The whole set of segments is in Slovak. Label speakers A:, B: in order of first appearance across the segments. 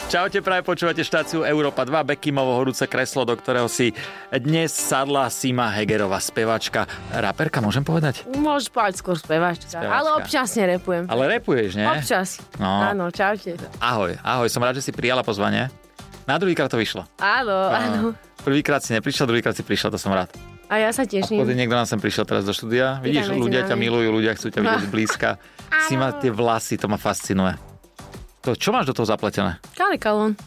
A: Čaute, práve počúvate štáciu Európa 2, Bekimovo horúce kreslo, do ktorého si dnes sadla Sima Hegerová, spevačka. Raperka, môžem povedať?
B: Môžeš povedať skôr spevačka,
A: Spevačka.
B: ale občasne repujem.
A: Ale repuješ, nie?
B: Občas.
A: No.
B: Áno, čaute.
A: Ahoj, ahoj, som rád, že si prijala pozvanie. Na druhýkrát to vyšlo.
B: Áno,
A: No.
B: áno.
A: Prvýkrát si neprišla, druhýkrát si prišla, to som rád.
B: A ja sa teším.
A: Pozri, niekto nám sem prišiel teraz do štúdia. Vidíš,
B: medzi
A: ľudia ťa
B: nami.
A: milujú, ľudia chcú ťa vidieť blízka. Si ma tie vlasy, to ma fascinuje. To, čo máš do toho zapletené?
B: Kanekalon.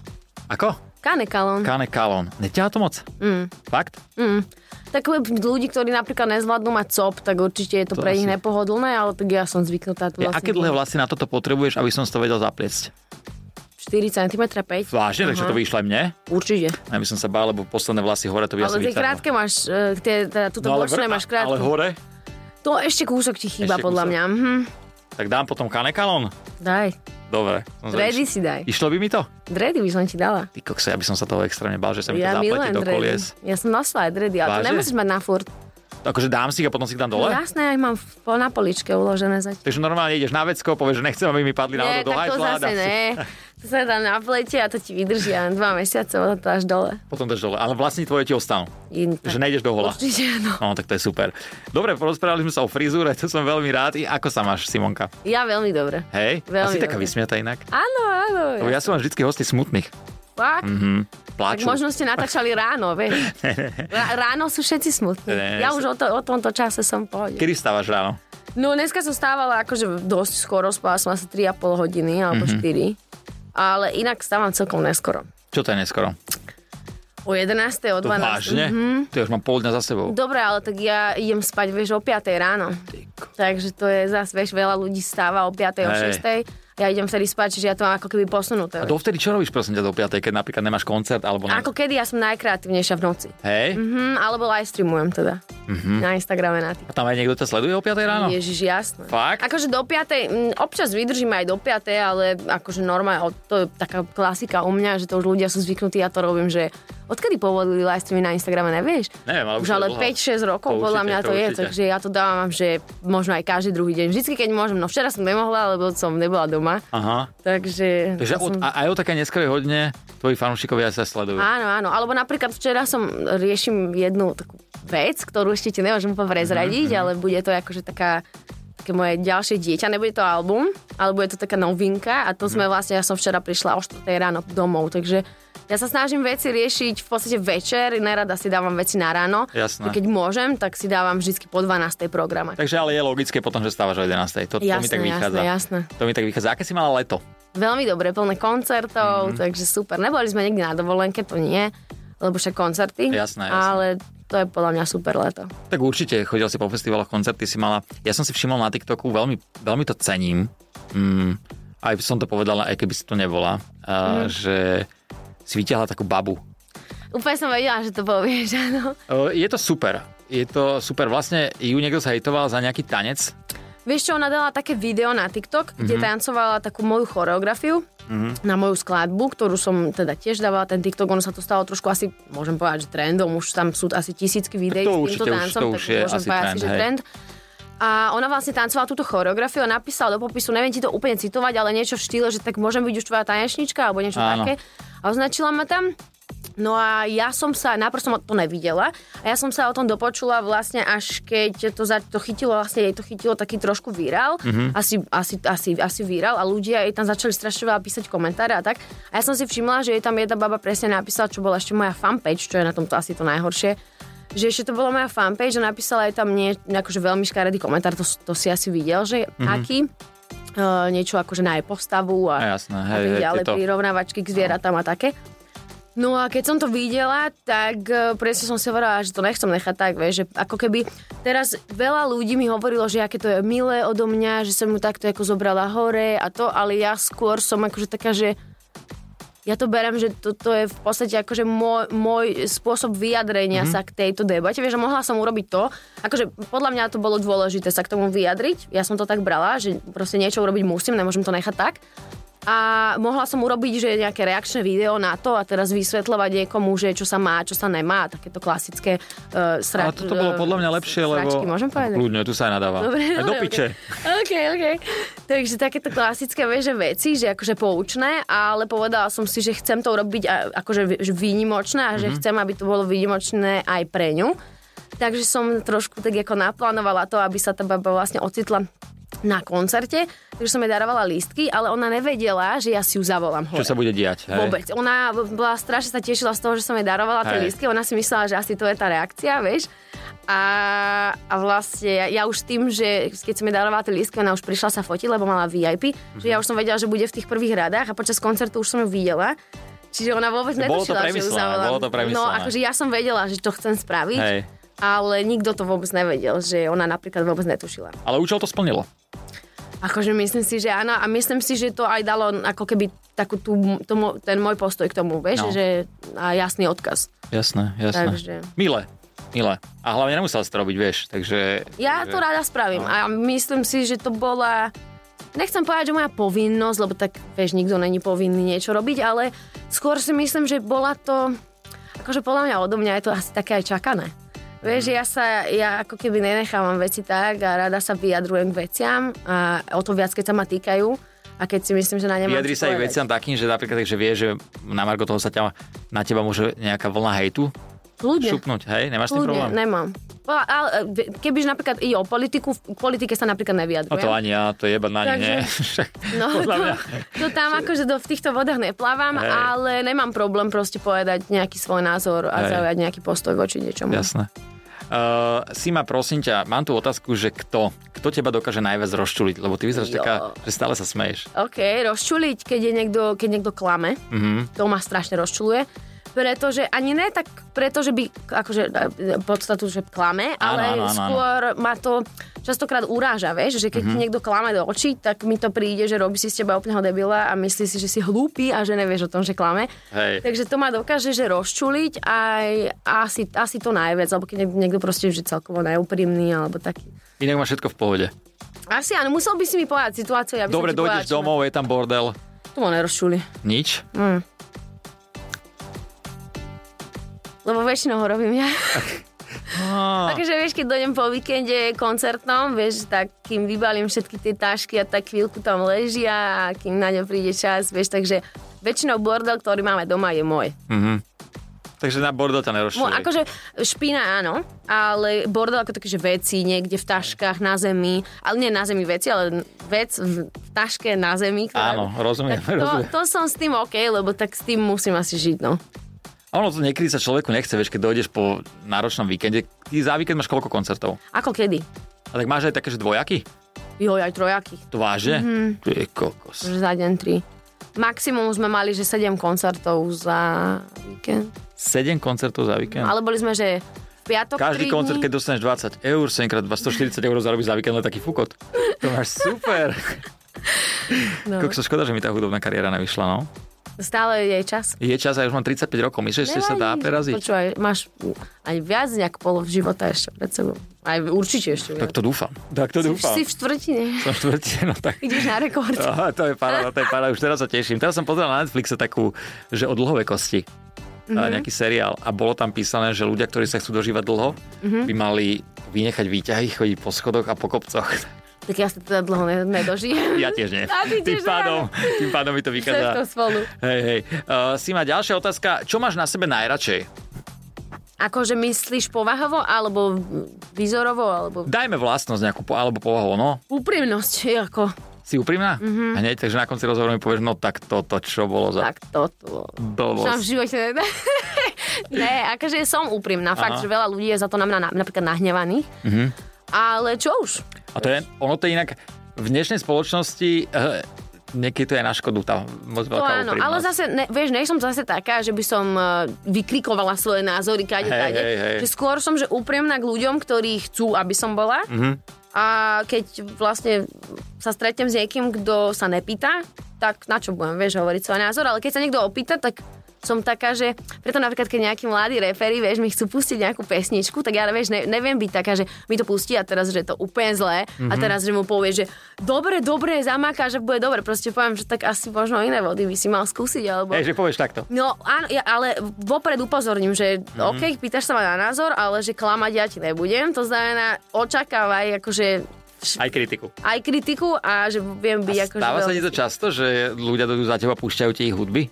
A: Ako?
B: Kanekalon.
A: Kane kalon. Neťahá to moc?
B: Mm.
A: Fakt?
B: Mm. Tak ľudí, ktorí napríklad nezvládnu mať cop, tak určite je to,
A: To
B: pre nich
A: asi.
B: nepohodlné, ale tak ja som zvyknutá tu vlastne
A: Je, aké dlhé vlasy na toto potrebuješ, aby som si to vedel zapliecť?
B: 4 cm 5.
A: Vážne, takže
B: Aha.
A: to vyšle mne?
B: Určite.
A: Ja by som sa bál, lebo posledné vlasy hore to by
B: ale
A: asi
B: tie
A: vytrhlo.
B: krátke máš, e, tie, teda túto no, bočné
A: vr-
B: máš krátke.
A: ale hore,
B: To ešte kúsok ti chýba,
A: Ešte
B: podľa
A: kúsok.
B: mňa. Mhm.
A: tak dám potom kanekalon.
B: Daj,
A: Dobre. som zvedavý.
B: dredy si daj.
A: Išlo by mi to?
B: Dredy by som ti dala.
A: Ty kokse, ja by som sa toho extrémne bál, že sa mi to zapletí
B: milujem
A: do
B: dredy.
A: kolies.
B: Ja som nosila aj dredy, ale to
A: Vážne?
B: nemusíš mať na furt.
A: Akože dám si ich a potom si ich dám dole?
B: Jasné, ja ich mám v- po- na poličke uložené zatiaľ.
A: Takže normálne ideš na vecko, povieš, že nechcem, aby mi padli na do
B: Nie, tak to
A: hajzla.
B: zase
A: dám si-
B: ne. To sa dá na plete a to ti vydrží len dva mesiace, potom to až dole.
A: Potom dáš dole. Ale vlastní tvoje ti ostanú.
B: In,
A: Že nejdeš do hola.
B: Určite, no.
A: No, tak to je super. Dobre, porozprávali sme sa o frizúre, to som veľmi rád. I ako sa máš, Simonka?
B: Ja veľmi dobre.
A: Hej? Asi
B: Veľmi
A: taká
B: dobre.
A: vysmiata inak.
B: Áno, áno.
A: Lebo ja som mám vždy hosti smutných.
B: Fakt?
A: Hm,
B: Tak
A: pláču.
B: možno ste natáčali ráno, vieš. Ra- Ráno sú všetci smutní.
A: Ne, sa-
B: Ja už o, to, o tomto čase som v pohode.
A: Kedy stávaš ráno?
B: No dneska som stávala akože dosť skoro, spala som asi 3,5 hodiny alebo
A: Mhm.
B: 4. Ale inak stávam celkom neskoro.
A: Čo to je neskoro?
B: O 11. o Mhm.
A: To
B: 12.
A: vážne? To ja už mám pol dňa za sebou.
B: Dobre, ale tak ja idem spať, vieš, o 5 ráno. Takže to je zase, vieš, veľa ľudí stáva o 5, o
A: Hej.
B: 6. Ja idem vtedy spať, čiže ja to mám ako keby posunuté.
A: A dovtedy čo robíš, prosím ťa, do 5, keď napríklad nemáš koncert alebo...
B: Ako kedy ja som najkreatívnejšia v noci.
A: Hej?
B: Mhm, alebo live streamujem teda.
A: Mhm.
B: Na Instagrame, na
A: A tam aj niekto ťa sleduje o 5 ráno?
B: Ježiš, jasné.
A: Fakt?
B: Akože do 5. občas vydržím aj do 5, ale akože normálne, o- to je taká klasika u mňa, že to už ľudia sú zvyknutí, ja to robím, že odkedy povolili live streamy na Instagrame, nevieš?
A: Neviem, ale už
B: už
A: je
B: ale
A: dlho.
B: 5-6
A: To
B: rokov, podľa
A: určite,
B: mňa
A: to
B: to, je,
A: určite.
B: takže ja to dávam, že možno aj každý druhý deň, vždycky keď môžem, no včera som nemohla, lebo som nebola doma,
A: Aha.
B: takže...
A: Takže
B: to
A: od,
B: som...
A: a, aj o také neskorej hodine tvoji fanúšikovia sa sledujú.
B: Áno, áno. Alebo napríklad včera som riešim jednu takú vec, ktorú ešte ti nemôžem úplne
A: Mhm,
B: prezradiť, ale bude to akože taká také moje ďalšie dieťa, nebude to album, ale bude to taká novinka a to
A: Mhm.
B: sme vlastne, ja som včera prišla o 4 ráno domov, takže ja sa snažím veci riešiť v podstate večer, nerada si dávam veci na ráno.
A: Jasné.
B: Keď môžem, tak si dávam vždy po 12. program.
A: Takže ale je logické potom, že stávaš o 11. To, to mi
B: Jasné,
A: tak vychádza.
B: jasné, jasné.
A: To mi tak vychádza. Aké si mala leto?
B: Veľmi dobre, plné
A: Mhm.
B: koncertov, takže super. Neboli sme nikdy na dovolenke, to nie, lebo však koncerty.
A: Jasné, jasné.
B: Ale to je podľa mňa super leto.
A: Tak určite, chodil si po festivaloch, koncerty si mala. Ja som si všimol na TikToku, veľmi, veľmi to cením. Mm, aj som to povedala, aj keby si to nebola, a,
B: Mhm.
A: že si vyťahla takú babu.
B: Úplne som vedela, že to povieš, áno.
A: E, Je to super. Je to super. Vlastne ju niekto zhejtoval za nejaký tanec.
B: Vieš čo, ona dala také video na TikTok,
A: Mhm.
B: kde mm-hmm. tancovala takú moju choreografiu mm-hmm. na moju skladbu, ktorú som teda tiež dávala ten TikTok, ono sa to stalo trošku asi, môžem povedať, že trendom, už tam sú asi tisícky videí
A: to
B: s týmto
A: určite, už-
B: tancom,
A: to už
B: tak
A: je
B: môžem
A: asi
B: povedať
A: trend,
B: si, že
A: hej.
B: trend. A ona vlastne tancovala túto choreografiu a napísala do popisu, neviem ti to úplne citovať, ale niečo v štýle, že tak môžem byť už tvoja tanečnička alebo niečo
A: Áno.
B: také. A označila ma tam. No a ja som sa, najprv som to nevidela a ja som sa o tom dopočula vlastne až keď to, za, to chytilo, vlastne jej to chytilo taký trošku virál, mm-hmm. asi, asi, asi, asi virál a ľudia jej tam začali strašne veľa písať komentáre a tak. A ja som si všimla, že jej tam jedna baba presne napísala, čo bola ešte moja fanpage, čo je na tomto asi to najhoršie, že ešte to bola moja fanpage a napísala jej tam nie, akože veľmi škaredý komentár, to, to si asi videl, že mm-hmm. aký, uh, niečo akože na jej postavu a,
A: A jasné,
B: a
A: hej,
B: tak
A: hej,
B: ďalej,
A: tieto-
B: prirovnávačky k zvieratám a také. No a keď som to videla, tak e, presne som si hovorila, že to nechcem nechať tak, vieš, že ako keby teraz veľa ľudí mi hovorilo, že aké to je milé odo mňa, že som mu takto ako zobrala hore a to, ale ja skôr som akože taká, že ja to berem, že to, to je v podstate akože môj, môj spôsob vyjadrenia
A: Mhm.
B: mm-hmm. sa k tejto debate. Vieš, že mohla som urobiť to, akože podľa mňa to bolo dôležité sa k tomu vyjadriť. Ja som to tak brala, že proste niečo urobiť musím, nemôžem to nechať tak. a mohla som urobiť, že nejaké reakčné video na to a teraz vysvetľovať niekomu, že čo sa má, čo sa nemá, takéto klasické
A: Ale
B: uh, sra-
A: toto bolo podľa mňa lepšie, lebo...
B: sračky, môžem povedať?
A: Kľudne, tu sa aj nadáva.
B: Dobre,
A: Aj do
B: dobre,
A: piče.
B: OK, OK. Takže takéto klasické vieš, že veci, že akože poučné, ale povedala som si, že chcem to urobiť a- akože v- že výnimočné a že chcem, aby to bolo výnimočné aj pre ňu. Takže som trošku tak ako naplánovala to, aby sa tá baba vlastne ocitla na koncerte, takže som jej darovala lístky, ale ona nevedela, že ja si ju zavolám hore.
A: Čo sa bude diať, hej?
B: Vôbec. Ona bola strašne sa tešila z toho, že som jej darovala tie
A: Hej.
B: lístky. Ona si myslela, že asi to je tá reakcia, vieš. A, a vlastne ja, ja už tým, že keď som jej darovala tie lístky, ona už prišla sa fotiť, lebo mala VIP, mm-hmm. že
A: Mhm.
B: ja už som vedela, že bude v tých prvých radách a počas koncertu už som ju videla. Čiže ona vôbec
A: Bolo to
B: netušila, že ju
A: premyslené,
B: zavolám.
A: bolo to
B: no,
A: premyslené.
B: akože ja som vedela, že to chcem spraviť,
A: Hej.
B: ale nikto to vôbec nevedel, že ona napríklad vôbec netušila.
A: Ale účel to splnilo.
B: Akože myslím si, že áno a myslím si, že to aj dalo ako keby takú tú, to, mo- ten môj postoj k tomu, vieš,
A: No.
B: no. že a jasný odkaz.
A: Jasné, jasné.
B: Takže.
A: Milé, milé. A hlavne nemusela si to robiť, vieš, takže...
B: Ja
A: takže...
B: to rada spravím
A: No.
B: no. a myslím si, že to bola, nechcem povedať, že moja povinnosť, lebo tak, vieš, nikto není povinný niečo robiť, ale skôr si myslím, že bola to, akože podľa mňa odo mňa je to asi také aj čakané.
A: Mhm.
B: Vieš, že ja sa, ja ako keby nenechávam veci tak a rada sa vyjadrujem k veciam a o to viac, keď sa ma týkajú a keď si myslím, že na ne mám
A: Vyjadri
B: čo
A: sa aj
B: povedať.
A: veciam takým, že napríklad, že vie, že na Margo toho sa ťa, na teba môže nejaká vlna hejtu
B: Ľudia.
A: šupnúť, hej? Nemáš s tým
B: Kľudne,
A: problém?
B: nemám. Bola- Ale e, kebyže napríklad ide o politiku, v politike sa napríklad
A: No to
B: nevyjadrujem.
A: ani ja, to je jebať na ne.
B: Takže- No
A: podľa
B: to,
A: mňa.
B: to tam akože do, v týchto vodách neplávam,
A: Hej.
B: ale nemám problém proste povedať nejaký svoj názor a
A: Hej.
B: zaujať nejaký postoj voči niečomu.
A: Jasné. Uh, Sima, prosím ťa, mám tu otázku, že kto? Kto teba dokáže najviac rozčuliť? Lebo ty vyzeráš
B: Jo.
A: taká, že stále sa smeješ.
B: OK, rozčuliť, keď, je niekto, keď niekto klame,
A: Mhm.
B: to ma strašne rozčuluje. Pretože, ani ne tak, pretože by, akože, e, podstatu, že klame, ale
A: áno, áno, áno.
B: skôr ma to častokrát uráža, vieš, že keď
A: Mhm.
B: mm-hmm. niekto klame do očí, tak mi to príde, že robí si z teba úplného debila a myslí si, že si hlúpy a že nevieš o tom, že klame.
A: Hej.
B: Takže to ma dokáže, že rozčuliť aj asi, asi to najviac, alebo keď niekto proste že celkovo neúprimný, alebo taký.
A: Inak máš všetko v pohode.
B: Asi áno, musel by si mi povedať situáciu, aby
A: Dobre,
B: som ti povedala,
A: dojdeš
B: čo ma-
A: domov, je tam bordel.
B: To ma nerozčuli.
A: Nič?
B: Mm. Lebo väčšinou ho robím ja.
A: Á,
B: Takže vieš, keď dojdem po víkende koncertnom, vieš, tak kým vybalím všetky tie tašky a tak chvíľku tam ležia a kým na ňo príde čas, vieš, takže väčšinou bordel, ktorý máme doma, je môj.
A: mhm. Takže na bordel ťa
B: Mo,
A: nerozčulí.
B: akože špína áno, ale bordel ako také, že veci niekde v taškách, na zemi, ale nie na zemi veci, ale vec v v taške na zemi. ktorá-
A: Áno, rozumiem,
B: Tak to,
A: rozumiem.
B: to som s tým OK, lebo tak s tým musím asi žiť, no.
A: A ono to niekedy sa človeku nechce, vieš, keď dojdeš po náročnom víkende. Ty za víkend máš koľko koncertov?
B: Ako kedy?
A: A tak máš aj také, že dvojaky?
B: Joj, aj trojakých.
A: To vážne?
B: Mhm.
A: Mm-hmm. To je kokos.
B: Že za deň tri. Maximum sme mali, že 7 koncertov za víkend.
A: 7 koncertov za víkend?
B: Ale boli sme, že v piatok
A: No. Každý
B: tri
A: koncert,
B: dní.
A: keď dostaneš 20 eur, 7 krát 140 eur zarobíš za víkend, len taký fukot. To máš super.
B: No.
A: No. Kokso, škoda, že mi tá hudobná kariéra nevyšla, no.
B: Stále je čas.
A: Je čas, a ja už mám 35 rokov, myslíš, že sa dá
B: Nevadí.
A: preraziť?
B: Počúvaj, máš aj viac nejak polov života ešte pred sebou. Aj určite ešte
A: Tak
B: viac.
A: to dúfam. Tak to dúfam. No.
B: Si v štvrtine.
A: Som štvrtie, no tak.
B: Ideš na rekord.
A: Aha, to je paráda, to je paráda, už teraz sa teším. Teraz som pozeral na Netflixe takú, že o dlhovekosti. Mm-hmm.
B: Mhm.
A: nejaký seriál a bolo tam písané, že ľudia, ktorí sa chcú dožívať dlho, mm-hmm.
B: Mhm.
A: by mali vynechať výťahy, chodiť po schodoch a po kopcoch.
B: Tak ja sa teda dlho ne- nedožijem.
A: Ja tiež nie.
B: A ty
A: tým,
B: tiež nie,
A: pádom, tým pádom mi to
B: Chceš to
A: vychádza.
B: spolu.
A: Hej, hej. Uh, Sima, ďalšia otázka. Čo máš na sebe najradšej?
B: Akože myslíš povahovo, alebo výzorovo, alebo
A: Dajme vlastnosť nejakú, po, alebo povahu, no.
B: úprimnosť, je ako
A: Si úprimná? Mm-hmm. Hneď, takže na konci rozhovoru mi povieš, no tak toto, čo bolo za
B: Mhm. tak toto. Som v
A: blbosť.
B: živote ne... ne, akože som úprimná. Fakt,
A: Aha.
B: že veľa ľudí je za to na mňa na- napríklad nahnevaných.
A: Mhm.
B: Ale čo už?
A: A to je, ono to je inak, v dnešnej spoločnosti uh, niekedy to je na škodu, tá moc
B: To
A: veľká
B: áno, ale
A: úprimnosť.
B: zase, ne, vieš, nie som zase taká, že by som eh, vykrikovala svoje názory kade,
A: Hej,
B: tade.
A: hej, hej.
B: Že skôr som, že úprimná k ľuďom, ktorí chcú, aby som bola.
A: Mhm.
B: A keď vlastne sa stretnem s niekým, kto sa nepýta, tak na čo budem, vieš, hovoriť svoj názor, ale keď sa niekto opýta, tak som taká, že preto napríklad, keď nejakí mladí reperi, vieš, mi chcú pustiť nejakú pesničku, tak ja, vieš, ne, neviem byť taká, že mi to pustí a teraz, že je to úplne zlé mm-hmm. a teraz, že mu povie, že dobre, dobre, zamaká, že bude dobre, proste poviem, že tak asi možno iné vody by si mal skúsiť, alebo...
A: Hej, že povieš takto.
B: No áno, ja, ale vopred upozorním, že mm-hmm. OK, pýtaš sa ma na názor, ale že klamať ja ti nebudem, to znamená, očakávaj akože vš-
A: Aj kritiku.
B: aj kritiku a že viem byť akože...
A: Stáva sa
B: veľmi-
A: ti to často, že ľudia dojdú za teba a púšťajú ti ich hudby?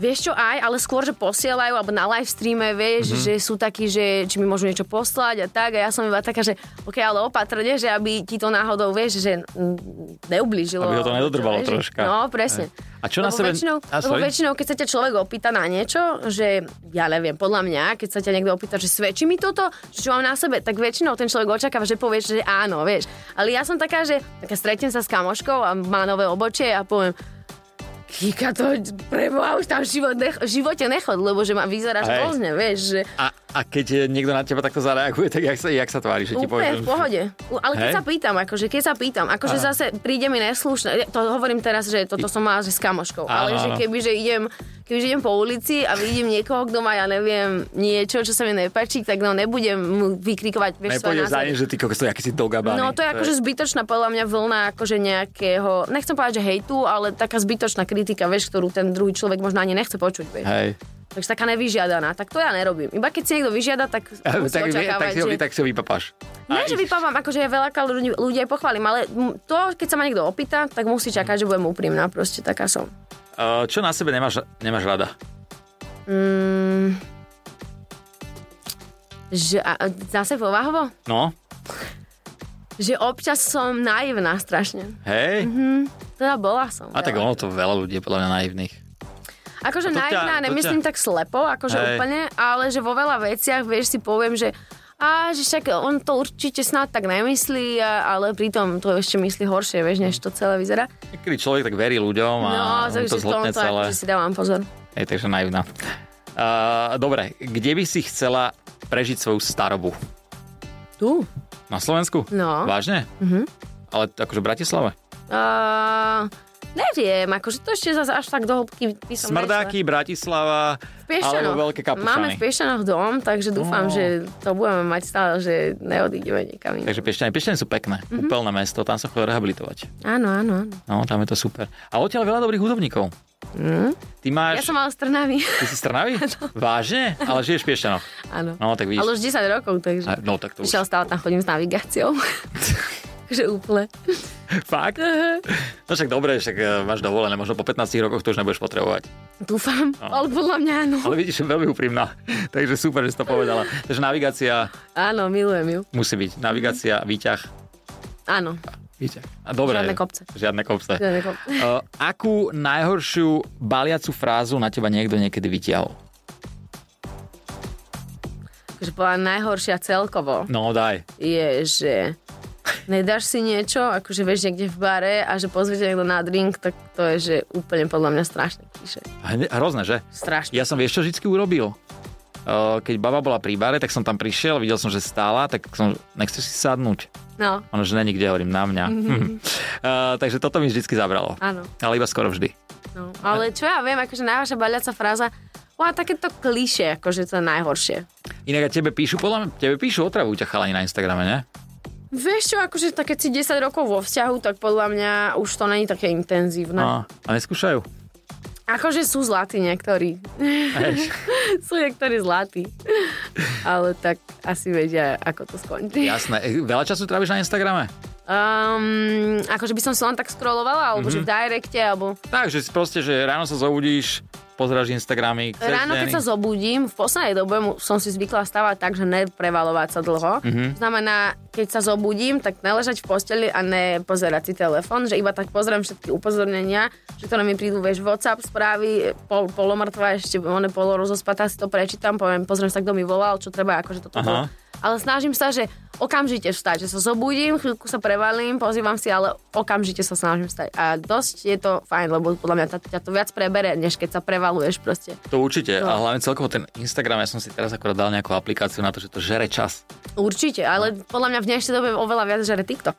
B: Vieš čo aj, ale skôr, že posielajú, alebo na live streame,
A: Mhm.
B: vieš, mm-hmm. že sú takí, že či mi môžu niečo poslať a tak. A ja som iba taká, že ok, ale opatrne, že aby ti to náhodou, vieš, že mm, neublížilo.
A: Aby ho to nedodrbalo
B: Vieš, že-
A: troška.
B: No, presne.
A: A čo na
B: lebo
A: sebe-
B: Väčšinou,
A: A,
B: lebo
A: sorry.
B: väčšinou, keď sa ťa človek opýta na niečo, že ja neviem, podľa mňa, keď sa ťa niekto opýta, že svedčí mi toto, že čo mám na sebe, tak väčšinou ten človek očakáva, že povieš, že áno, vieš. Ale ja som taká, že taká stretnem sa s kamoškou a má nové obočie a poviem, Kika to preboha už tam v život nech- v živote nechod, lebo že ma vyzeráš
A: Hej.
B: hrozne, vieš, že
A: A, a keď je niekto na teba takto zareaguje, tak jak sa, jak sa tvári, že ti povie?
B: úplne v pohode. U- Ale keď
A: Hej.
B: sa pýtam, akože keď sa pýtam, akože
A: Áno.
B: zase príde mi neslušné, to hovorím teraz, že toto som mala že s
A: Áno,
B: kamoškou, ale že
A: áno.
B: keby, že idem, kebyže idem po ulici a vidím niekoho, kto má, ja neviem, niečo, čo sa mi nepáči, tak no nebudem mu vykrikovať, vieš, svoje
A: Nepôjde za ním,
B: názory.
A: že ty kokos, to je akýsi dogabany.
B: No to je akože zbytočná podľa mňa vlna akože nejakého, nechcem povedať, že hejtu, ale taká zbytočná kritika, vieš, ktorú ten druhý človek možno ani nechce počuť, vieš.
A: Hej.
B: Takže taká nevyžiadaná, tak to ja nerobím. Iba keď si niekto vyžiada, tak musí
A: Tak, tak,
B: očakávať,
A: si ho,
B: že...
A: tak si ho vypapáš.
B: Ne, že vypávam, akože ja veľká ľudí, ľudí aj pochválim, ale m- to, keď sa ma niekto opýta, tak musí čakať, že budem úprimná, proste taká som.
A: Eh, Čo na sebe nemáš, nemáš rada?
B: Mm, že, a, a zase povahovo?
A: No,
B: Že občas som naivná strašne.
A: hej.
B: Teda bola som.
A: A tak
B: veľa.
A: ono to veľa ľudí je podľa mňa naivných.
B: Akože
A: to ťa-
B: naivná,
A: to
B: nemyslím
A: ťa-
B: tak slepo, akože
A: Hej.
B: úplne, ale že vo veľa veciach, vieš, si poviem, že a že však on to určite snad tak nemyslí, a- ale pritom to ešte myslí horšie, vieš, než to celé vyzerá.
A: Niekedy človek tak verí ľuďom a
B: No,
A: on
B: takže
A: to
B: v tomto
A: zhltne celé.
B: akože si dávam pozor.
A: Hej, takže naivná. Uh, dobre, kde by si chcela prežiť svoju starobu?
B: Tu?
A: Na Slovensku?
B: No.
A: Vážne?
B: Mhm.
A: Ale t- akože v Bratislave?
B: Uh, neviem, akože to ešte zase až tak do hĺbky by som
A: Smrdáky, Bratislava,
B: nešla. V Piešťanoch.
A: alebo Veľké kapušany.
B: Máme v Piešťanoch dom, takže dúfam,
A: No.
B: že to budeme mať stále, že neodídeme niekam inam.
A: Takže Piešťany, Piešťany sú pekné,
B: Mhm.
A: mm-hmm. úplné mesto, tam sa chodí rehabilitovať.
B: Áno, áno, áno.
A: No, tam je to super. A odtiaľ veľa dobrých hudobníkov.
B: Mm.
A: Ty máš...
B: Ja som ale z Trnavy.
A: Ty si z Trnavy? Vážne? Ale žiješ v Piešťanoch.
B: áno.
A: No, tak vidíš.
B: Ale už 10 rokov,
A: A-
B: takže...
A: No, tak to už.
B: Všel stále tam chodím s navigáciou. že úplne.
A: Fakt?
B: Mhm.
A: No však dobre, však e, máš dovolené, možno po 15 rokoch to už nebudeš potrebovať.
B: Dúfam, ale podľa mňa áno.
A: Ale vidíš, je veľmi úprimná. Takže super, že si to povedala. Takže navigácia
B: Áno, milujem ju.
A: musí byť. Navigácia, výťah.
B: Áno,
A: výťah. A dobre.
B: Žiadne kopce.
A: Žiadne kopce.
B: to je neko...
A: Uh, akú najhoršiu baliacu frázu na teba niekto niekedy vytiahol?
B: akože bola najhoršia celkovo.
A: No daj.
B: je, že nedáš si niečo, akože vieš niekde v bare a že pozviete niekto na drink, tak to je, že úplne podľa mňa strašne klíše.
A: Hne- Hrozné, že?
B: Strašne.
A: Ja som vieš, čo vždy urobil? Uh, keď baba bola pri bare, tak som tam prišiel, videl som, že stála, tak som, nechceš si sadnúť?
B: No,
A: Ono, že není kde, hovorím, na mňa.
B: Mhm.
A: Mm-hmm. Uh, takže toto mi vždycky zabralo.
B: áno.
A: Ale iba skoro vždy.
B: No. Ale čo ja viem, akože najvaša baliaca fráza, Wow, takéto klišé, akože to je najhoršie.
A: Inak a tebe píšu, podľa mňa, tebe píšu otravu ťa chalani na Instagrame, ne?
B: Vieš čo, akože tak keď si 10 rokov vo vzťahu, tak podľa mňa už to není také intenzívne. No.
A: No. A neskúšajú.
B: Akože sú zlatí niektorí. sú niektorí zlatí. Ale tak asi vedia, ako to skončí.
A: Jasné. E, Veľa času tráviš na Instagrame?
B: Um, akože by som si len tak scrollovala, alebo mm-hmm. že v direkte, alebo...
A: Takže si proste, že ráno sa zobudíš, pozráš Instagramy. celý
B: Ráno,
A: deň.
B: keď sa zobudím, v poslednej dobe mu- som si zvykla stávať tak, že neprevalovať sa dlho. Mm-hmm. Znamená, keď sa zobudím, tak neležať v posteli a nepozerať si telefon, že iba tak pozriem všetky upozornenia, že ktoré mi prídu, vieš, WhatsApp správy, pol, polomrtvá, ešte one polorozospatá, si to prečítam, poviem, pozriem sa, kto mi volal, čo treba, akože toto.
A: Aha.
B: bolo. Ale snažím sa, že okamžite vstať, že sa zobudím, chvíľku sa prevalím, pozývam si, ale okamžite sa snažím vstať. A dosť je to fajn, lebo podľa mňa ta- ťa to viac prebere, než keď sa prevaluješ proste.
A: To určite.
B: No.
A: A hlavne celkovo ten Instagram, ja som si teraz akorát dal nejakú aplikáciu na to, že to žere čas. No.
B: Určite, ale podľa mňa v dnešnej dobe oveľa viac žere TikTok.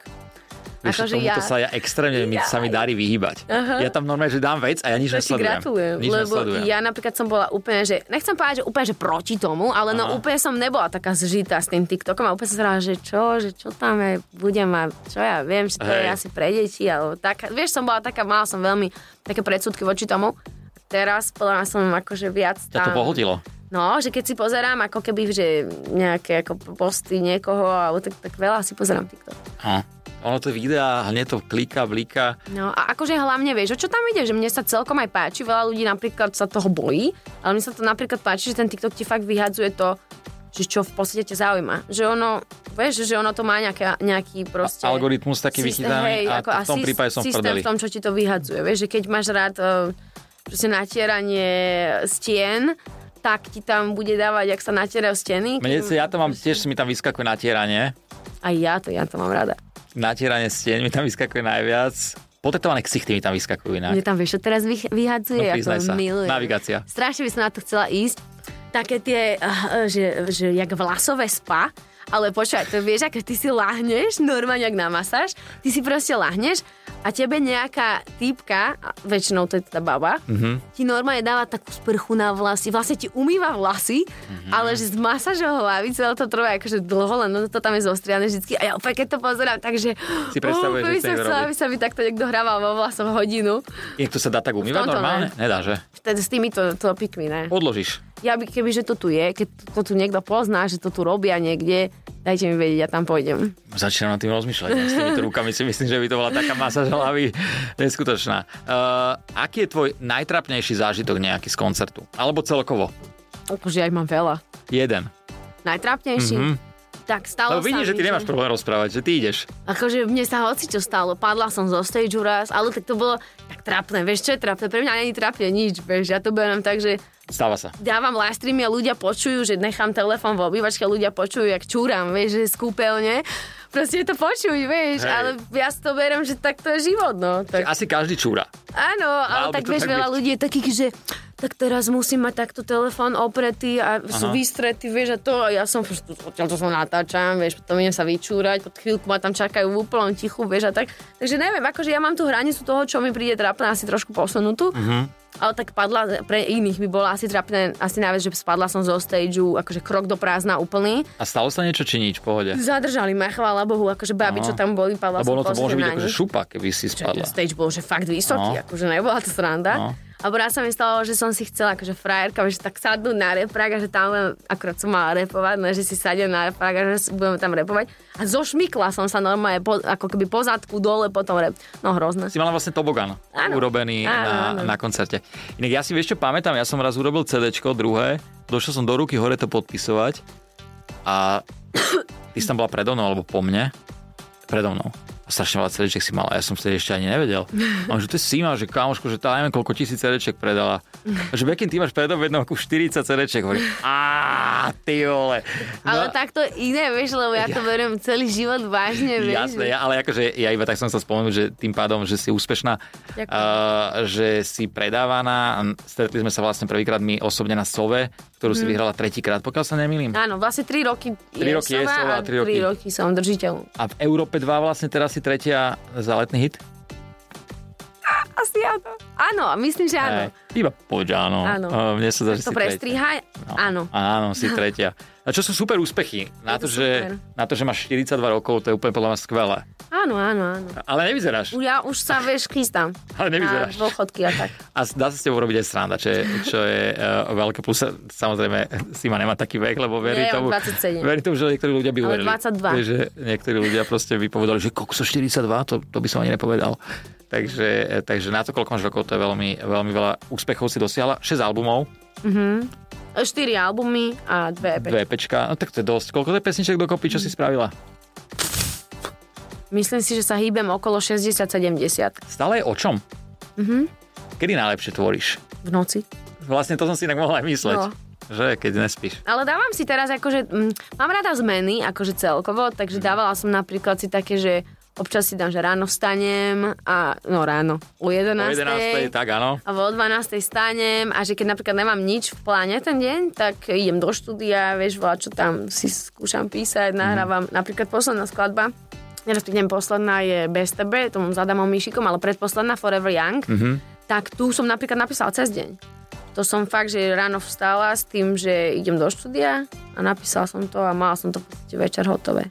A: Vieš,
B: Akože
A: akože ja...
B: ja-
A: sa ja extrémne mi, sa mi darí vyhýbať. Uh-huh. Ja tam normálne, že dám vec a ja nič
B: To ti
A: nesledujem.
B: gratulujem,
A: nič
B: lebo
A: nesledujem.
B: ja napríklad som bola úplne, že, nechcem povedať, že úplne, že proti tomu, ale no
A: Aha.
B: úplne som nebola taká zžitá s tým TikTokom a úplne som sa hovorila, že čo, že čo tam je, budem a čo ja viem, že to je
A: Hej.
B: asi pre deti, alebo tak, vieš, som bola taká, mala som veľmi také predsudky voči tomu. Teraz podľa mňa som akože viac
A: Ťa to
B: tam...
A: pohltilo.
B: No, že keď si pozerám ako keby, že nejaké ako posty niekoho, alebo tak, tak veľa si pozerám TikTok.
A: Aha. Ono to videá, hneď to kliká, bliká.
B: No a akože hlavne vieš, o čo tam ide, že mne sa celkom aj páči, veľa ľudí napríklad sa toho bojí, ale mne sa to napríklad páči, že ten TikTok ti fakt vyhadzuje to, že čo v podstate ťa zaujíma. Že ono, vieš, že ono to má nejaká, nejaký proste...
A: Algoritmus taký
B: syst-
A: vychytaný
B: hej,
A: a
B: ako
A: v tom
B: syst-
A: prípade som v
B: systém
A: prdeli.
B: v tom, čo ti to vyhadzuje. Vieš, že keď máš rád eh, proste natieranie stien, tak ti tam bude dávať, ak sa natierajú steny.
A: Mne,
B: Keď-
A: sa- ja to mám, tiež mi tam vyskakuje natieranie.
B: Aj ja to, ja to mám rada.
A: Natieranie stieň mi tam vyskakuje najviac. Potetované ksichty mi tam vyskakujú inak.
B: Mne tam vieš, čo teraz vych- vyhadzuje,
A: No,
B: ja
A: priznaj sa.
B: to milujem.
A: Navigácia.
B: Strašne by som na to chcela ísť. Také tie, uh, že, že jak vlasové spa, ale počkaj, to vieš, aké ty si lahneš, normálne jak na masáž, ty si proste lahneš a tebe nejaká týpka, a väčšinou to je tá baba,
A: Mhm.
B: mm-hmm. ti normálne dáva takú sprchu na vlasy, vlastne ti umýva vlasy,
A: Mhm.
B: mm-hmm. ale že z masážou hlavy celé to trvá akože dlho, len no to tam je zostriané vždycky a ja opäť keď to pozerám, takže
A: Si predstavuješ,
B: Ó,
A: že
B: by
A: chce
B: som
A: niekto
B: chcela,
A: robiť.
B: aby sa mi takto niekto hrával vo vlasoch hodinu.
A: Niekto sa dá tak umývať
B: tomto
A: normálne? Nedá, že?
B: Vtedy Teda s týmito topikmi, ne?
A: Odložíš.
B: Ja by, keby, že to tu je, keď to, to tu niekto pozná, že to tu robia niekde, dajte mi vedieť, ja tam pôjdem.
A: Začínam nad tým rozmýšľať. Ja S týmito rukami si myslím, že by to bola taká masáž hlavy neskutočná. Uh, aký je tvoj najtrapnejší zážitok nejaký z koncertu? Alebo celkovo?
B: Akože ja ich mám veľa.
A: Jeden.
B: Najtrápnejší? Tak stalo
A: Lebo Mhm. vidíš,
B: sa
A: že
B: mi,
A: ty nemáš problém rozprávať, že ty ideš.
B: Akože mne sa hoci čo stalo, padla som zo stage raz, ale tak to bolo tak trápne, vieš čo je trápne, pre mňa není trápne nič, vieš, ja to beriem tak, že
A: Stáva sa.
B: dávam live streamy a ľudia počujú, že nechám telefón v obývačke, ľudia počujú, jak čúram, vieš, že z kúpeľne. Proste je to počuť, vieš,
A: Hej.
B: ale ja si to beriem, že tak to je život, no. Tak,
A: Asi každý čúra.
B: áno, ale
A: by
B: tak
A: to
B: vieš,
A: tak
B: veľa
A: byť.
B: ľudí je takých, že tak teraz musím mať takto telefón opretý a sú
A: Aha.
B: vystretí, vieš, a to a ja som furt, odtiaľ to som natáčam, vieš, potom idem sa vyčúrať, pod chvíľku ma tam čakajú v úplnom tichu, vieš, a tak. Takže neviem, akože ja mám tú hranicu toho, čo mi príde trápne, asi trošku posunutú.
A: Mhm.
B: Ale tak padla, pre iných by bola asi trápne, asi najviac, že spadla som zo stageu, akože krok do prázdna úplný.
A: A stalo sa niečo či nič? V Pohode.
B: Zadržali ma, chvála Bohu, akože babi,
A: Aha.
B: čo tam boli, padla
A: Lebo ono
B: som
A: to môže byť
B: posledná na
A: akože
B: nich.
A: šupa, keby si spadla.
B: Ten stage bol, že fakt vysoký,
A: No.
B: akože nebola to sranda.
A: No.
B: A raz sa mi stalo, že som si chcela akože frajerka, že tak sadnúť na reprak a že tam len, akorát som mala repovať, no, že si sadem na reprak a že si budeme tam repovať. A zošmykla som sa normálne, po, ako keby pozadku dole, potom rep. No hrozné.
A: Si mala vlastne tobogan
B: Áno.
A: urobený
B: Áno,
A: na,
B: áno.
A: na koncerte. Inak ja si vieš čo pamätám, ja som raz urobil CD, druhé, došiel som do ruky hore to podpisovať a ty si tam bola predo mnou alebo po mne, predo mnou. A strašne veľa CD si mala, ja som vtedy ešte ani nevedel. A on, že to je Sima, že kamoško, že tá neviem koľko tisíc CD predala. A že Bekin, ty máš predo mnou ako 40 CD. Hovorím, a ty vole. No,
B: Ale takto iné, vieš, lebo ja, to beriem celý život vážne, vieš.
A: Jasné, ja, ale akože ja iba tak som sa spomenúť, že tým pádom, že si úspešná,
B: Ďakujem.
A: uh, že si predávaná. Stretli sme sa vlastne prvýkrát my osobne na Sove, ktorú
B: Mhm.
A: si vyhrala tretíkrát, pokiaľ sa nemýlim.
B: Áno, vlastne 3 roky
A: Tri roky
B: som
A: Jesova a tri roky-
B: 3 roky som držiteľ.
A: A v Európe 2 vlastne teraz si tretia za letný hit?
B: Asi áno. Áno, myslím, že áno.
A: Hej, E, iba povedz že áno.
B: Áno.
A: Uh, mne sa zdá, že
B: to
A: si tretia.
B: prestrihaj?
A: No.
B: Áno.
A: Áno, si tretia. A čo sú super úspechy? Na
B: Je to
A: to, že,
B: super.
A: na to, že máš 42 rokov, to je úplne podľa mňa skvelé.
B: Áno, áno, áno.
A: Ale nevyzeráš.
B: U- Ja už sa, vieš, chystám.
A: Ale nevyzeráš.
B: Na dôchodky a tak.
A: A dá sa s tebou robiť aj sranda, čo je, čo je uh, veľké plus. Samozrejme, Sima nemá taký vek, lebo verí
B: Nie,
A: tomu,
B: mám 27.
A: verí tomu, že niektorí ľudia by
B: Ale
A: uverili.
B: 22.
A: Vieš, Že niektorí ľudia proste by povedali, že kokso 42, to, to by som ani nepovedal. Takže, takže na to, koľko máš rokov, to je veľmi, veľmi veľa úspechov si dosiahla. 6 albumov,
B: 4 albumy a E 2 EP.
A: 2 EPčka, no tak to je dosť. Koľko to je pesniček dokopy, čo
B: Mhm.
A: si spravila?
B: Myslím si, že sa hýbem okolo 60-70
A: Stále je o čom?
B: Mhm.
A: Kedy najlepšie tvoríš?
B: v noci.
A: Vlastne to som si inak mohla aj mysleť.
B: No.
A: Že keď nespíš.
B: Ale dávam si teraz akože, mm, mám rada zmeny, akože celkovo, takže
A: Mhm.
B: dávala som napríklad si také, že občas si dám, že ráno vstanem a, no ráno, o 11.
A: O 11. tak áno.
B: a o 12. stanem a že keď napríklad nemám nič v pláne ten deň, tak idem do štúdia, vieš, volá, čo tam si skúšam písať, nahrávam. Napríklad posledná skladba, respektíve posledná je Bez tebe, tomu s Adamom Mišikom, ale predposledná Forever Young, mm-hmm. tak tu som napríklad napísala cez deň. To som fakt, že ráno vstala s tým, že idem do štúdia a napísala som to a mala som to v podstate večer hotové.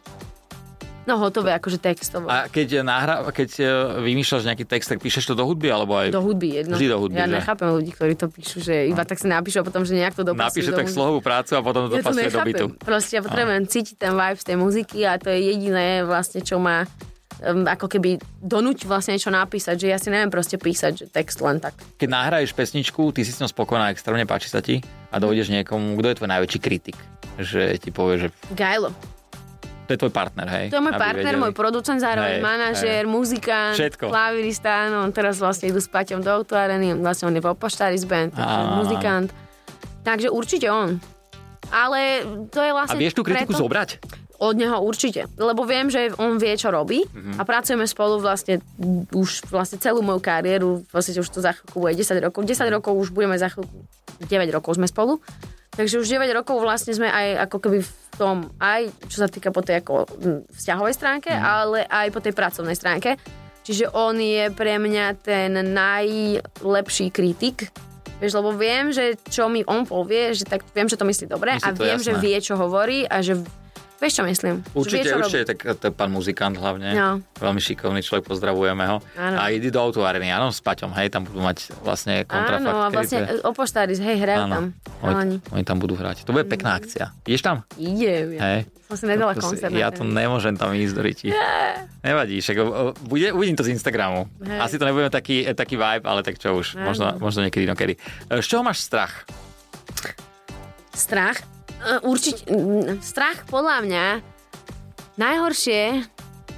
B: No hotové, akože textovo.
A: A keď, nahra, keď e, vymýšľaš nejaký text, tak píšeš to do hudby, alebo aj...
B: Do hudby jedno.
A: Vždy do hudby,
B: ja
A: že?
B: nechápem ľudí, ktorí to píšu, že iba tak sa napíšu a potom, že nejak to dopasujú.
A: Napíše
B: do
A: tak
B: hudby.
A: slohovú prácu a potom to
B: Ja to
A: pasuje do bytu.
B: nechápem. Proste ja potrebujem cítiť ten vibe z tej muziky a to je jediné vlastne, čo ma um, ako keby donúť vlastne niečo napísať, že ja si neviem proste písať že text len tak.
A: Keď nahraješ pesničku, ty si s ňou spokojná, extrémne páči sa ti a dojdeš niekomu, kto je tvoj najväčší kritik? Že ti povie, že
B: Gajlo.
A: to je tvoj partner, hej?
B: To je môj
A: Aby
B: partner,
A: vedeli.
B: môj producent, zároveň
A: Hej,
B: manažér, muzikant,
A: Všetko.
B: klavirista, no on teraz vlastne idú s Paťom do Outwareny, vlastne on je vo Poštaris band, takže
A: Áno, áno.
B: muzikant. Takže určite on. Ale to je
A: A
B: vlastne
A: vieš tú kritiku
B: preto...
A: zobrať?
B: Od neho určite, lebo viem, že on vie, čo robí mm-hmm. a pracujeme spolu vlastne už vlastne celú moju kariéru, vlastne už to za chvíľku bude 10 rokov, 10 rokov už budeme za chvíľku, 9 rokov sme spolu, takže už 9 rokov vlastne sme aj ako keby v tom, aj čo sa týka po tej ako mm, vzťahovej stránke,
A: Mhm.
B: mm-hmm. ale aj po tej pracovnej stránke, čiže on je pre mňa ten najlepší kritik, Vieš, lebo viem, že čo mi on povie, že tak viem, že to myslí dobre
A: Myslí
B: a
A: to
B: viem, že
A: jasné.
B: vie, čo hovorí a že Vieš, čo myslím? Že vie,
A: Určite,
B: čo
A: určite, tak to je pán muzikant hlavne.
B: No.
A: Veľmi šikovný človek, pozdravujeme ho.
B: Áno.
A: A ide do autovárny, áno, s Paťom, hej, tam budú mať vlastne kontrafakt.
B: Áno, a
A: kedy
B: vlastne
A: to je-
B: opoštári, hej, hrajú tam.
A: Áno, oni,
B: Oni.
A: oni tam budú hrať. To bude pekná akcia. Ideš tam?
B: Idem, ja.
A: Hej.
B: Som si nedala
A: To si-
B: koncert.
A: Ja
B: na
A: to
B: ten.
A: nemôžem tam ísť do riti. Nevadí, však o, o, bude, uvidím to z Instagramu.
B: Hej.
A: Asi to nebudeme taký, e, taký vibe, ale tak čo už,
B: Áno.
A: možno, možno niekedy inokedy. E, Z čoho máš strach?
B: Strach? E, Určite, mm, strach podľa mňa, najhoršie,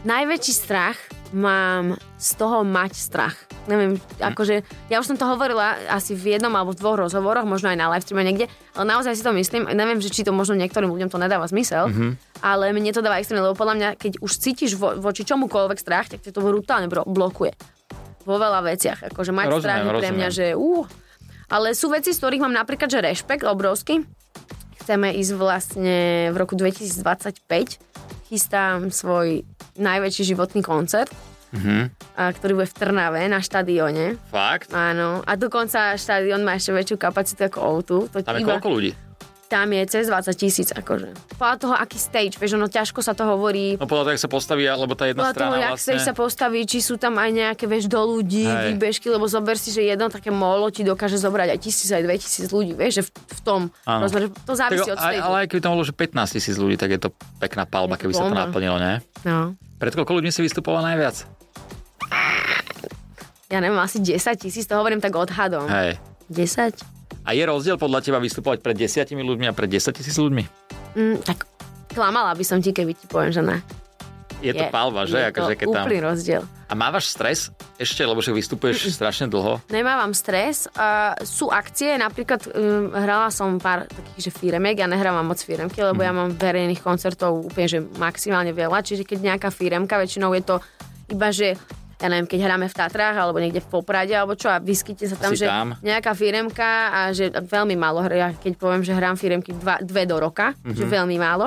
B: najväčší strach mám z toho mať strach. Neviem, akože, ja už som to hovorila asi v jednom alebo v dvoch rozhovoroch, možno aj na live streame niekde, ale naozaj si to myslím, neviem, že či to možno niektorým ľuďom to nedáva zmysel,
A: Mhm.
B: mm-hmm. ale mne to dáva extrémne, lebo podľa mňa, keď už cítiš vo, voči čomukoľvek strach, tak ťa to brutálne bro- blokuje. Vo veľa veciach, akože mať
A: Rozumiem,
B: strach je pre mňa,
A: rozumiem.
B: že uh, ale sú veci, z ktorých mám napríklad, že rešpekt obrovský. Chceme ísť vlastne v roku 2025. Chystám svoj najväčší životný koncert,
A: Mhm.
B: a, ktorý bude v Trnave na štadióne. No,
A: Fakt?
B: Áno. A dokonca štadión má ešte väčšiu kapacitu ako O2. To
A: Tam je
B: iba-
A: koľko ľudí?
B: tam je cez 20 tisíc, akože. Podľa toho, aký stage, vieš, ono ťažko sa to hovorí.
A: No podľa toho, jak sa postaví, lebo tá jedna
B: Podľa toho,
A: strana
B: jak
A: vlastne...
B: sa postaví, či sú tam aj nejaké, vieš, do ľudí,
A: Hej.
B: výbežky, lebo zober si, že jedno také molo ti dokáže zobrať aj tisíc, aj dve tisíc ľudí, vieš, že v, v tom
A: Áno.
B: rozmere, to závisí
A: Tak,
B: od
A: aj,
B: stage.
A: ale aj keby tam bolo, že 15 tisíc ľudí, tak je to pekná palba,
B: Je to
A: keby sa to
B: bomba.
A: naplnilo, ne?
B: No,
A: Pred koľko ľuďmi si vystupoval najviac?
B: ja neviem, asi 10 tisíc, to hovorím tak odhadom.
A: Hej.
B: 10?
A: A je rozdiel podľa teba vystupovať pred desiatimi ľuďmi a pred 10 tisíc ľuďmi?
B: Mm, tak klamala by som ti, keby ti poviem, že ne.
A: Je, to palba, že?
B: Je to
A: Akože, keď tam...
B: úplný rozdiel.
A: A mávaš stres ešte, lebo však vystupuješ strašne dlho?
B: Nemávam stres. A sú akcie, napríklad um, hrala som pár takých, že firemiek, ja nehrávam moc firemky, lebo
A: Mhm.
B: ja mám verejných koncertov úplne, že maximálne veľa, čiže keď nejaká firemka, väčšinou je to iba, že ja neviem, keď hráme v Tatrách alebo niekde v Poprade alebo čo a vyskytne sa tam,
A: Asi
B: že
A: tam.
B: nejaká firemka a že veľmi málo hra, ja keď poviem, že hrám firemky dva, dve do roka,
A: Mhm.
B: mm-hmm. že veľmi málo,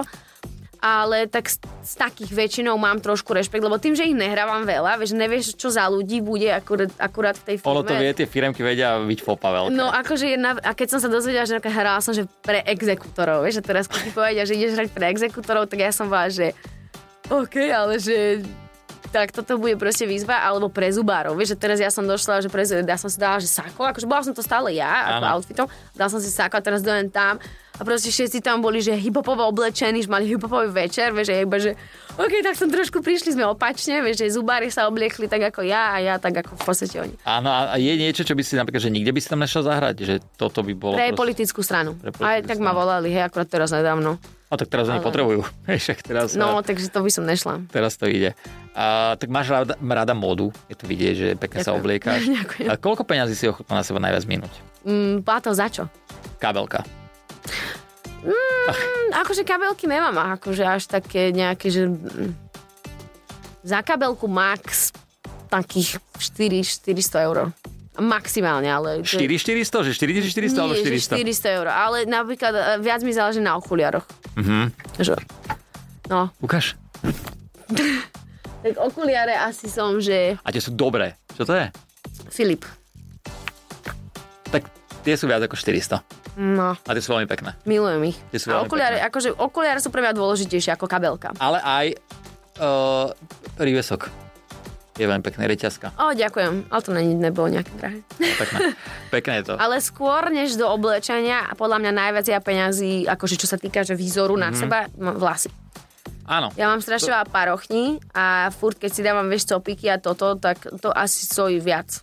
B: ale tak z, z takých väčšinou mám trošku rešpekt, lebo tým, že ich nehrávam veľa, vieš, nevieš, čo za ľudí bude akurát, akurát v tej firme.
A: Ono to vie, tie firemky vedia byť fopa veľká.
B: No akože, jedna, a keď som sa dozvedela, že napríklad hrala som, že pre exekutorov, vieš, a teraz keď ti povedia, že ideš hrať pre exekutorov, tak ja som bola, že OK, ale že tak toto bude proste výzva, alebo pre zubárov. Vieš, že teraz ja som došla, že pre zubárov, ja som si dala, že sako, akože bola som to stále ja, ako
A: Áno.
B: outfitom, dala som si sako a teraz dojem tam a proste všetci tam boli, že hipopovo oblečení, že mali hipopový večer, vieš, že ja iba, že OK, tak som trošku prišli, sme opačne, vieš, že zubári sa obliekli tak ako ja a ja tak ako v podstate oni.
A: Áno, a a je niečo, čo by si napríklad, že nikde by si tam nešiel zahrať, že toto by bolo...
B: Pre
A: proste-
B: politickú stranu.
A: Pre
B: Aj
A: politickú
B: tak ma
A: stranu.
B: volali, hej, akurát teraz nedávno.
A: No tak teraz oni
B: Ale-
A: potrebujú. Hej, Však teraz,
B: No,
A: no.
B: takže to by som nešla.
A: teraz to ide. A, tak máš rada, rada modu, je to vidieť, že pekne sa
B: Ďakujem.
A: obliekáš.
B: Ďakujem.
A: A koľko peňazí si ochotná na seba najviac minúť?
B: Mm, Plato za čo?
A: Kabelka.
B: Mm, akože kabelky nemám, akože až také nejaké, že... mm, Za kabelku max takých 4, 400 eur. Maximálne, ale... to je-
A: 4 400? Že 4 400 alebo
B: Nie, že
A: 400?
B: 400 eur, ale napríklad e, viac mi záleží na okuliároch.
A: Mhm.
B: Že... No,
A: Ukáž.
B: Tak okuliare asi som, že
A: A tie sú dobré. Čo to je?
B: Filip.
A: Tak tie sú viac ako 400.
B: No,
A: A tie sú veľmi pekné.
B: milujem ich.
A: Tie sú
B: A
A: veľmi
B: okuliare,
A: pekné.
B: akože okuliare sú pre mňa dôležitejšie ako kabelka.
A: Ale aj uh, prívesok je veľmi pekný, reťazka.
B: O, ďakujem, ale to není, nebolo nejaké drahé.
A: Pekné. Pekné je to.
B: Ale skôr než do oblečenia, a podľa mňa najviac ja peňazí, akože čo sa týka že výzoru
A: Mhm.
B: na seba, mám vlasy.
A: Áno.
B: Ja mám strašne veľa parochní a furt, keď si dávam, vieš, copiky a toto, tak to asi stojí viac.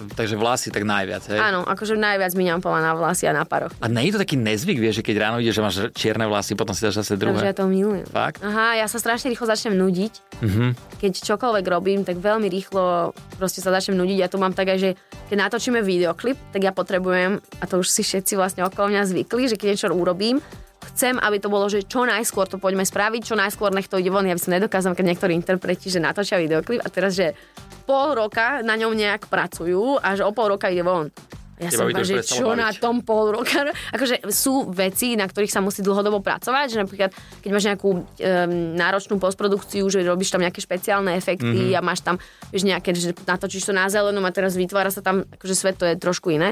A: Takže vlasy tak najviac, hej?
B: Áno, akože najviac miňam pola na vlasy a na paroch.
A: A nie je to taký nezvyk, vieš, že keď ráno ideš, že máš čierne vlasy, potom si dáš zase
B: Takže
A: druhé.
B: ja to milujem.
A: Fakt?
B: Aha, ja sa strašne rýchlo začnem nudiť.
A: Mhm.
B: Keď čokoľvek robím, tak veľmi rýchlo proste sa začnem nudiť. Ja to mám tak aj, že keď natočíme videoklip, tak ja potrebujem, a to už si všetci vlastne okolo mňa zvykli, že keď niečo urobím, chcem, aby to bolo, že čo najskôr to poďme spraviť, čo najskôr nech to ide von. Ja by som nedokázala, keď niektorí interpreti, že natočia videoklip a teraz, že pol roka na ňom nejak pracujú a že o pol roka ide von. A Ja
A: Teba
B: som
A: by to
B: iba,
A: už
B: že
A: prestalo
B: čo
A: baviť.
B: na tom pol roka. Akože sú veci, na ktorých sa musí dlhodobo pracovať, že napríklad, keď máš nejakú um, náročnú postprodukciu, že robíš tam nejaké špeciálne efekty mm-hmm. a máš tam, vieš, nejaké, že natočíš to na zelenom a teraz vytvára sa tam, akože svet to je trošku iné.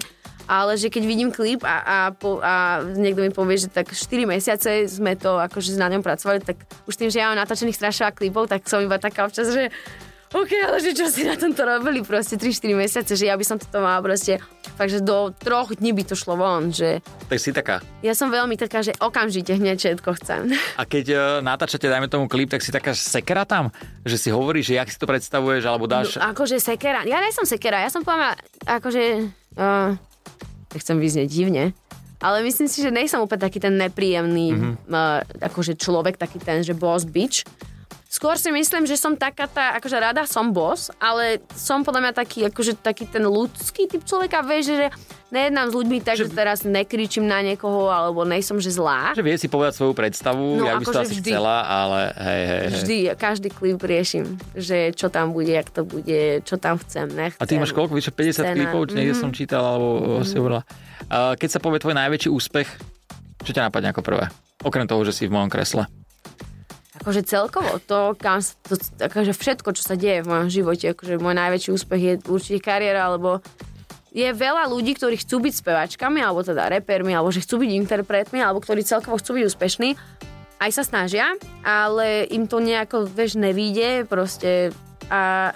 B: Ale že keď vidím klip a, a, po, a niekto mi povie, že tak 4 mesiace sme to akože na ňom pracovali, tak už tým, že ja mám natočených strašne veľa klipov, tak som iba taká občas, že OK, ale že čo si na tomto robili proste 3-4 mesiace, že ja by som toto mala proste, takže do troch dní by to šlo von, že
A: Tak si taká.
B: ja som veľmi taká, že okamžite hneď všetko chcem.
A: A keď uh, natáčate, dajme tomu klip, tak si taká sekera tam? Že si hovoríš, že jak si to predstavuješ, alebo dáš...
B: No, akože sekera, ja nie som sekera, ja som poviem, akože, uh, nechcem vyznieť divne, ale myslím si, že nejsem úplne taký ten nepríjemný
A: Mhm.
B: mm-hmm. uh, akože človek, taký ten, že boss bitch. Skôr si myslím, že som taká tá, akože rada som boss, ale som podľa mňa taký, akože taký ten ľudský typ človeka, vieš, že nejednám s ľuďmi tak, že, že teraz nekričím na niekoho, alebo nejsom, že zlá.
A: Že vie si povedať svoju predstavu,
B: No,
A: ja by si to
B: akože
A: asi
B: vždy.
A: chcela, ale hej, hej, hej.
B: Vždy, každý klip riešim, že čo tam bude, jak to bude, čo tam chcem, nechcem.
A: A ty máš koľko? Vyše 50
B: Scéna. Mhm.
A: klipov? Či niekde som čítal, alebo mm. si hovorila. Uh, keď sa povie tvoj najväčší úspech, čo ťa napadne ako prvé? Okrem toho, že si v mojom kresle.
B: Akože celkovo to, kam, s- to, akože všetko, čo sa deje v mojom živote, akože môj najväčší úspech je určite kariéra, lebo je veľa ľudí, ktorí chcú byť spevačkami, alebo teda repermi, alebo že chcú byť interpretmi, alebo ktorí celkovo chcú byť úspešní, aj sa snažia, ale im to nejako, vieš, nevíde proste a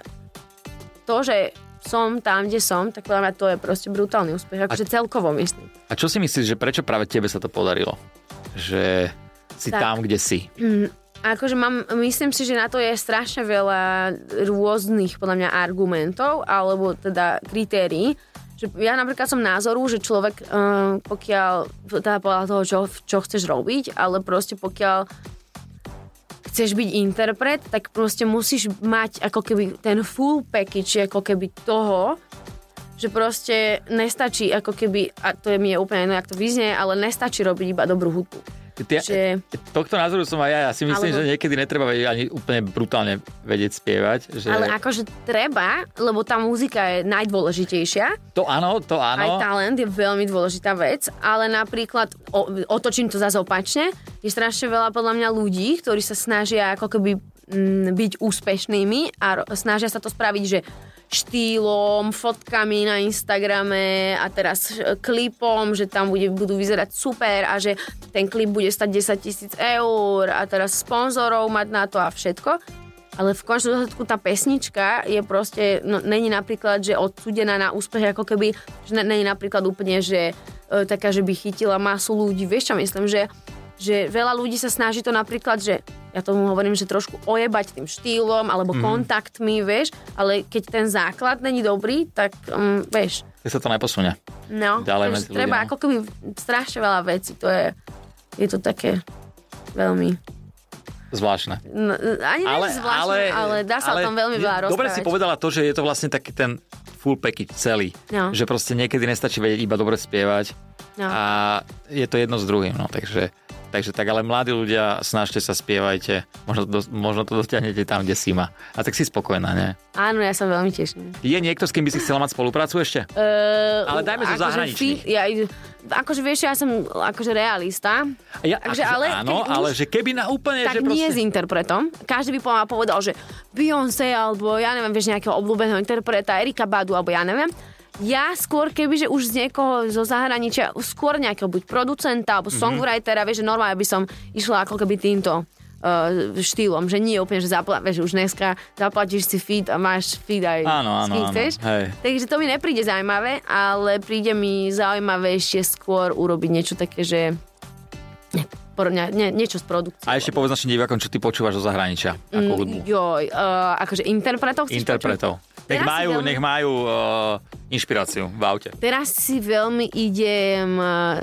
B: to, že som tam, kde som, tak podľa mňa to je proste brutálny úspech, akože celkovo myslím.
A: A čo si myslíš, že prečo práve tebe sa to podarilo? Že si tak.
B: Tak.
A: tam, kde si.
B: Akože mám, myslím si, že na to je strašne veľa rôznych podľa mňa argumentov alebo teda kritérií. Že ja napríklad som názoru, že človek, eh, pokiaľ, teda podľa toho, čo, čo chceš robiť, ale proste pokiaľ chceš byť interpret, tak proste musíš mať ako keby ten full package, ako keby toho, že proste nestačí ako keby, a to je mi je úplne jedno, jak to vyznie, ale nestačí robiť iba dobrú hudbu.
A: Ty,
B: Mm, Že-
A: Tohto názoru som aj ja. Ja si myslím,
B: Alebo-
A: že niekedy netreba vedieť, ani úplne brutálne vedieť spievať. Že...
B: Ale akože treba, lebo tá muzika je najdôležitejšia.
A: To áno, to
B: Aj
A: áno.
B: talent je veľmi dôležitá vec, ale napríklad, o, otočím to zase opačne, je strašne veľa podľa mňa ľudí, ktorí sa snažia ako keby mm, byť úspešnými a ro- snažia sa to spraviť, že štýlom, fotkami na Instagrame a teraz e, klipom, že tam bude, budú vyzerať super a že ten klip bude stať 10 tisíc eur a teraz sponzorov mať na to a všetko. Ale v končnom dôsledku tá pesnička je proste, no, není napríklad, že odsudená na úspech, ako keby, že ne- není napríklad úplne, že e, taká, že by chytila masu ľudí. Vieš čo myslím, že, že veľa ľudí sa snaží to napríklad, že ja tomu hovorím, že trošku ojebať tým štýlom alebo
A: Mhm.
B: mm. kontaktmi, vieš, ale keď ten základ není dobrý, tak um, vieš,
A: Tak sa to neposunie.
B: no,
A: Ďalej
B: takže
A: medzi ľudia,
B: treba
A: no.
B: ako keby strašne veľa vecí, to je, je to také veľmi
A: Zvláštne.
B: No, ani ale, zvláštne, ale, ale dá sa ale, o tom veľmi veľa rozprávať.
A: Dobre si povedala to, že je to vlastne taký ten full package celý.
B: No.
A: Že proste niekedy nestačí vedieť iba dobre spievať
B: No.
A: a je to jedno s druhým. No, takže Takže tak, ale mladí ľudia, snažte sa, spievajte. Možno to, možno to dotiahnete tam, kde si ma. A tak si spokojná, nie?
B: Áno, ja sa veľmi teším.
A: Je niekto, s kým by si chcela mať spoluprácu ešte?
B: Uh,
A: Ale dajme zo zahraničných.
B: ja, akože vieš, ja som akože realista.
A: Ja,
B: Takže
A: akože
B: ale
A: áno,
B: keď už-
A: ale že keby na úplne,
B: tak
A: že proste...
B: nie s interpretom. Každý by po- povedal, že Beyoncé alebo ja neviem, vieš, nejakého obľúbeného interpreta, Erika Badu alebo ja neviem. Ja skôr, kebyže už z niekoho zo zahraničia, skôr nejakého buď producenta
A: Mhm.
B: alebo songwritera, vieš, že normálne by som išla ako keby týmto eh, štýlom, že nie úplne, že zapla- vieš, už dneska zaplatíš si feed a máš feed aj
A: Áno,
B: s
A: áno,
B: kým
A: áno,
B: chceš.
A: hej.
B: Takže to mi nepríde zaujímavé, ale príde mi zaujímavejšie skôr urobiť niečo také, že ne, por- ne, ne, niečo s produkciou.
A: A ešte povedz našim divákom, čo ty počúvaš zo zahraničia ako
B: Mm,
A: hudbu.
B: Joj, uh, akože interpretov chceš
A: Interpretov.
B: počuť?
A: Nech
B: Teraz si
A: majú,
B: veľmi-
A: nech majú uh, inšpiráciu v aute.
B: Teraz si veľmi idem, uh,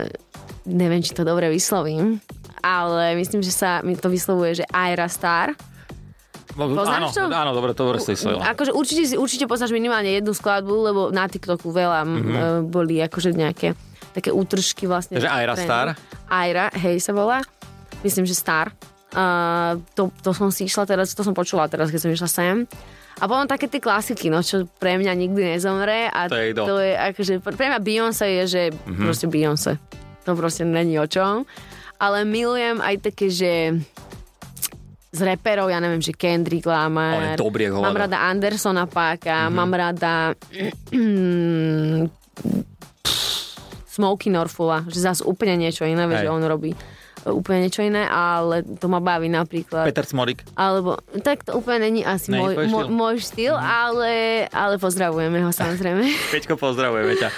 B: neviem, či to dobre vyslovím, ale myslím, že sa mi to vyslovuje, že Aira Star.
A: áno,
B: Poznáš to?
A: áno, dobre, to dobre si vyslovila.
B: Akože určite, si- určite poznáš minimálne jednu skladbu, lebo na TikToku veľa
A: Mhm.
B: mm-hmm. boli akože nejaké také útržky vlastne.
A: Takže Aira
B: Trendy.
A: Star?
B: Aira, hej sa volá. Myslím, že Star. Uh, to, to som si išla teraz, to som počula teraz, keď som išla sem. A potom také tie klasiky, no čo pre mňa nikdy nezomre. A
A: To je Mhm. kto?
B: to je akože, pre mňa Beyoncé je, že mm-hmm. proste Beyoncé. To proste není o čom. Ale milujem aj také, že z reperov, ja neviem, že Kendrick Lamar.
A: On je dobrý, ako
B: Mám
A: hovado. Mhm.
B: rada Andersona Páka, mm-hmm. mám rada Smoky Norfula, že zase úplne niečo iné, vieš,
A: Hej.
B: že on robí e, úplne niečo iné, ale to ma baví napríklad.
A: Peter Smorik.
B: Alebo, tak to úplne není asi
A: Není
B: môj,
A: tvoj
B: môj,
A: štýl? Mhm.
B: môj štýl, ale, ale pozdravujeme ho samozrejme.
A: Peťko, pozdravujeme ťa.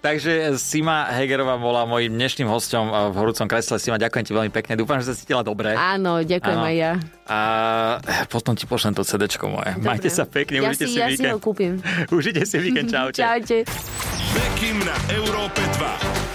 A: Takže eh, Sima Hegerová bola mojim dnešným hostom eh, v Horúcom kresle. Sima, ďakujem ti veľmi pekne. Dúfam, že sa cítila dobre.
B: Áno, ďakujem
A: Áno.
B: aj ja.
A: A eh, potom ti pošlem to CD moje.
B: Dobre.
A: Majte sa pekne,
B: ja
A: užite
B: si,
A: si,
B: ja si ho
A: víkend.
B: kúpim.
A: Užite si víkend, čaute.
B: Čaute.
C: Bekim na Európe 2.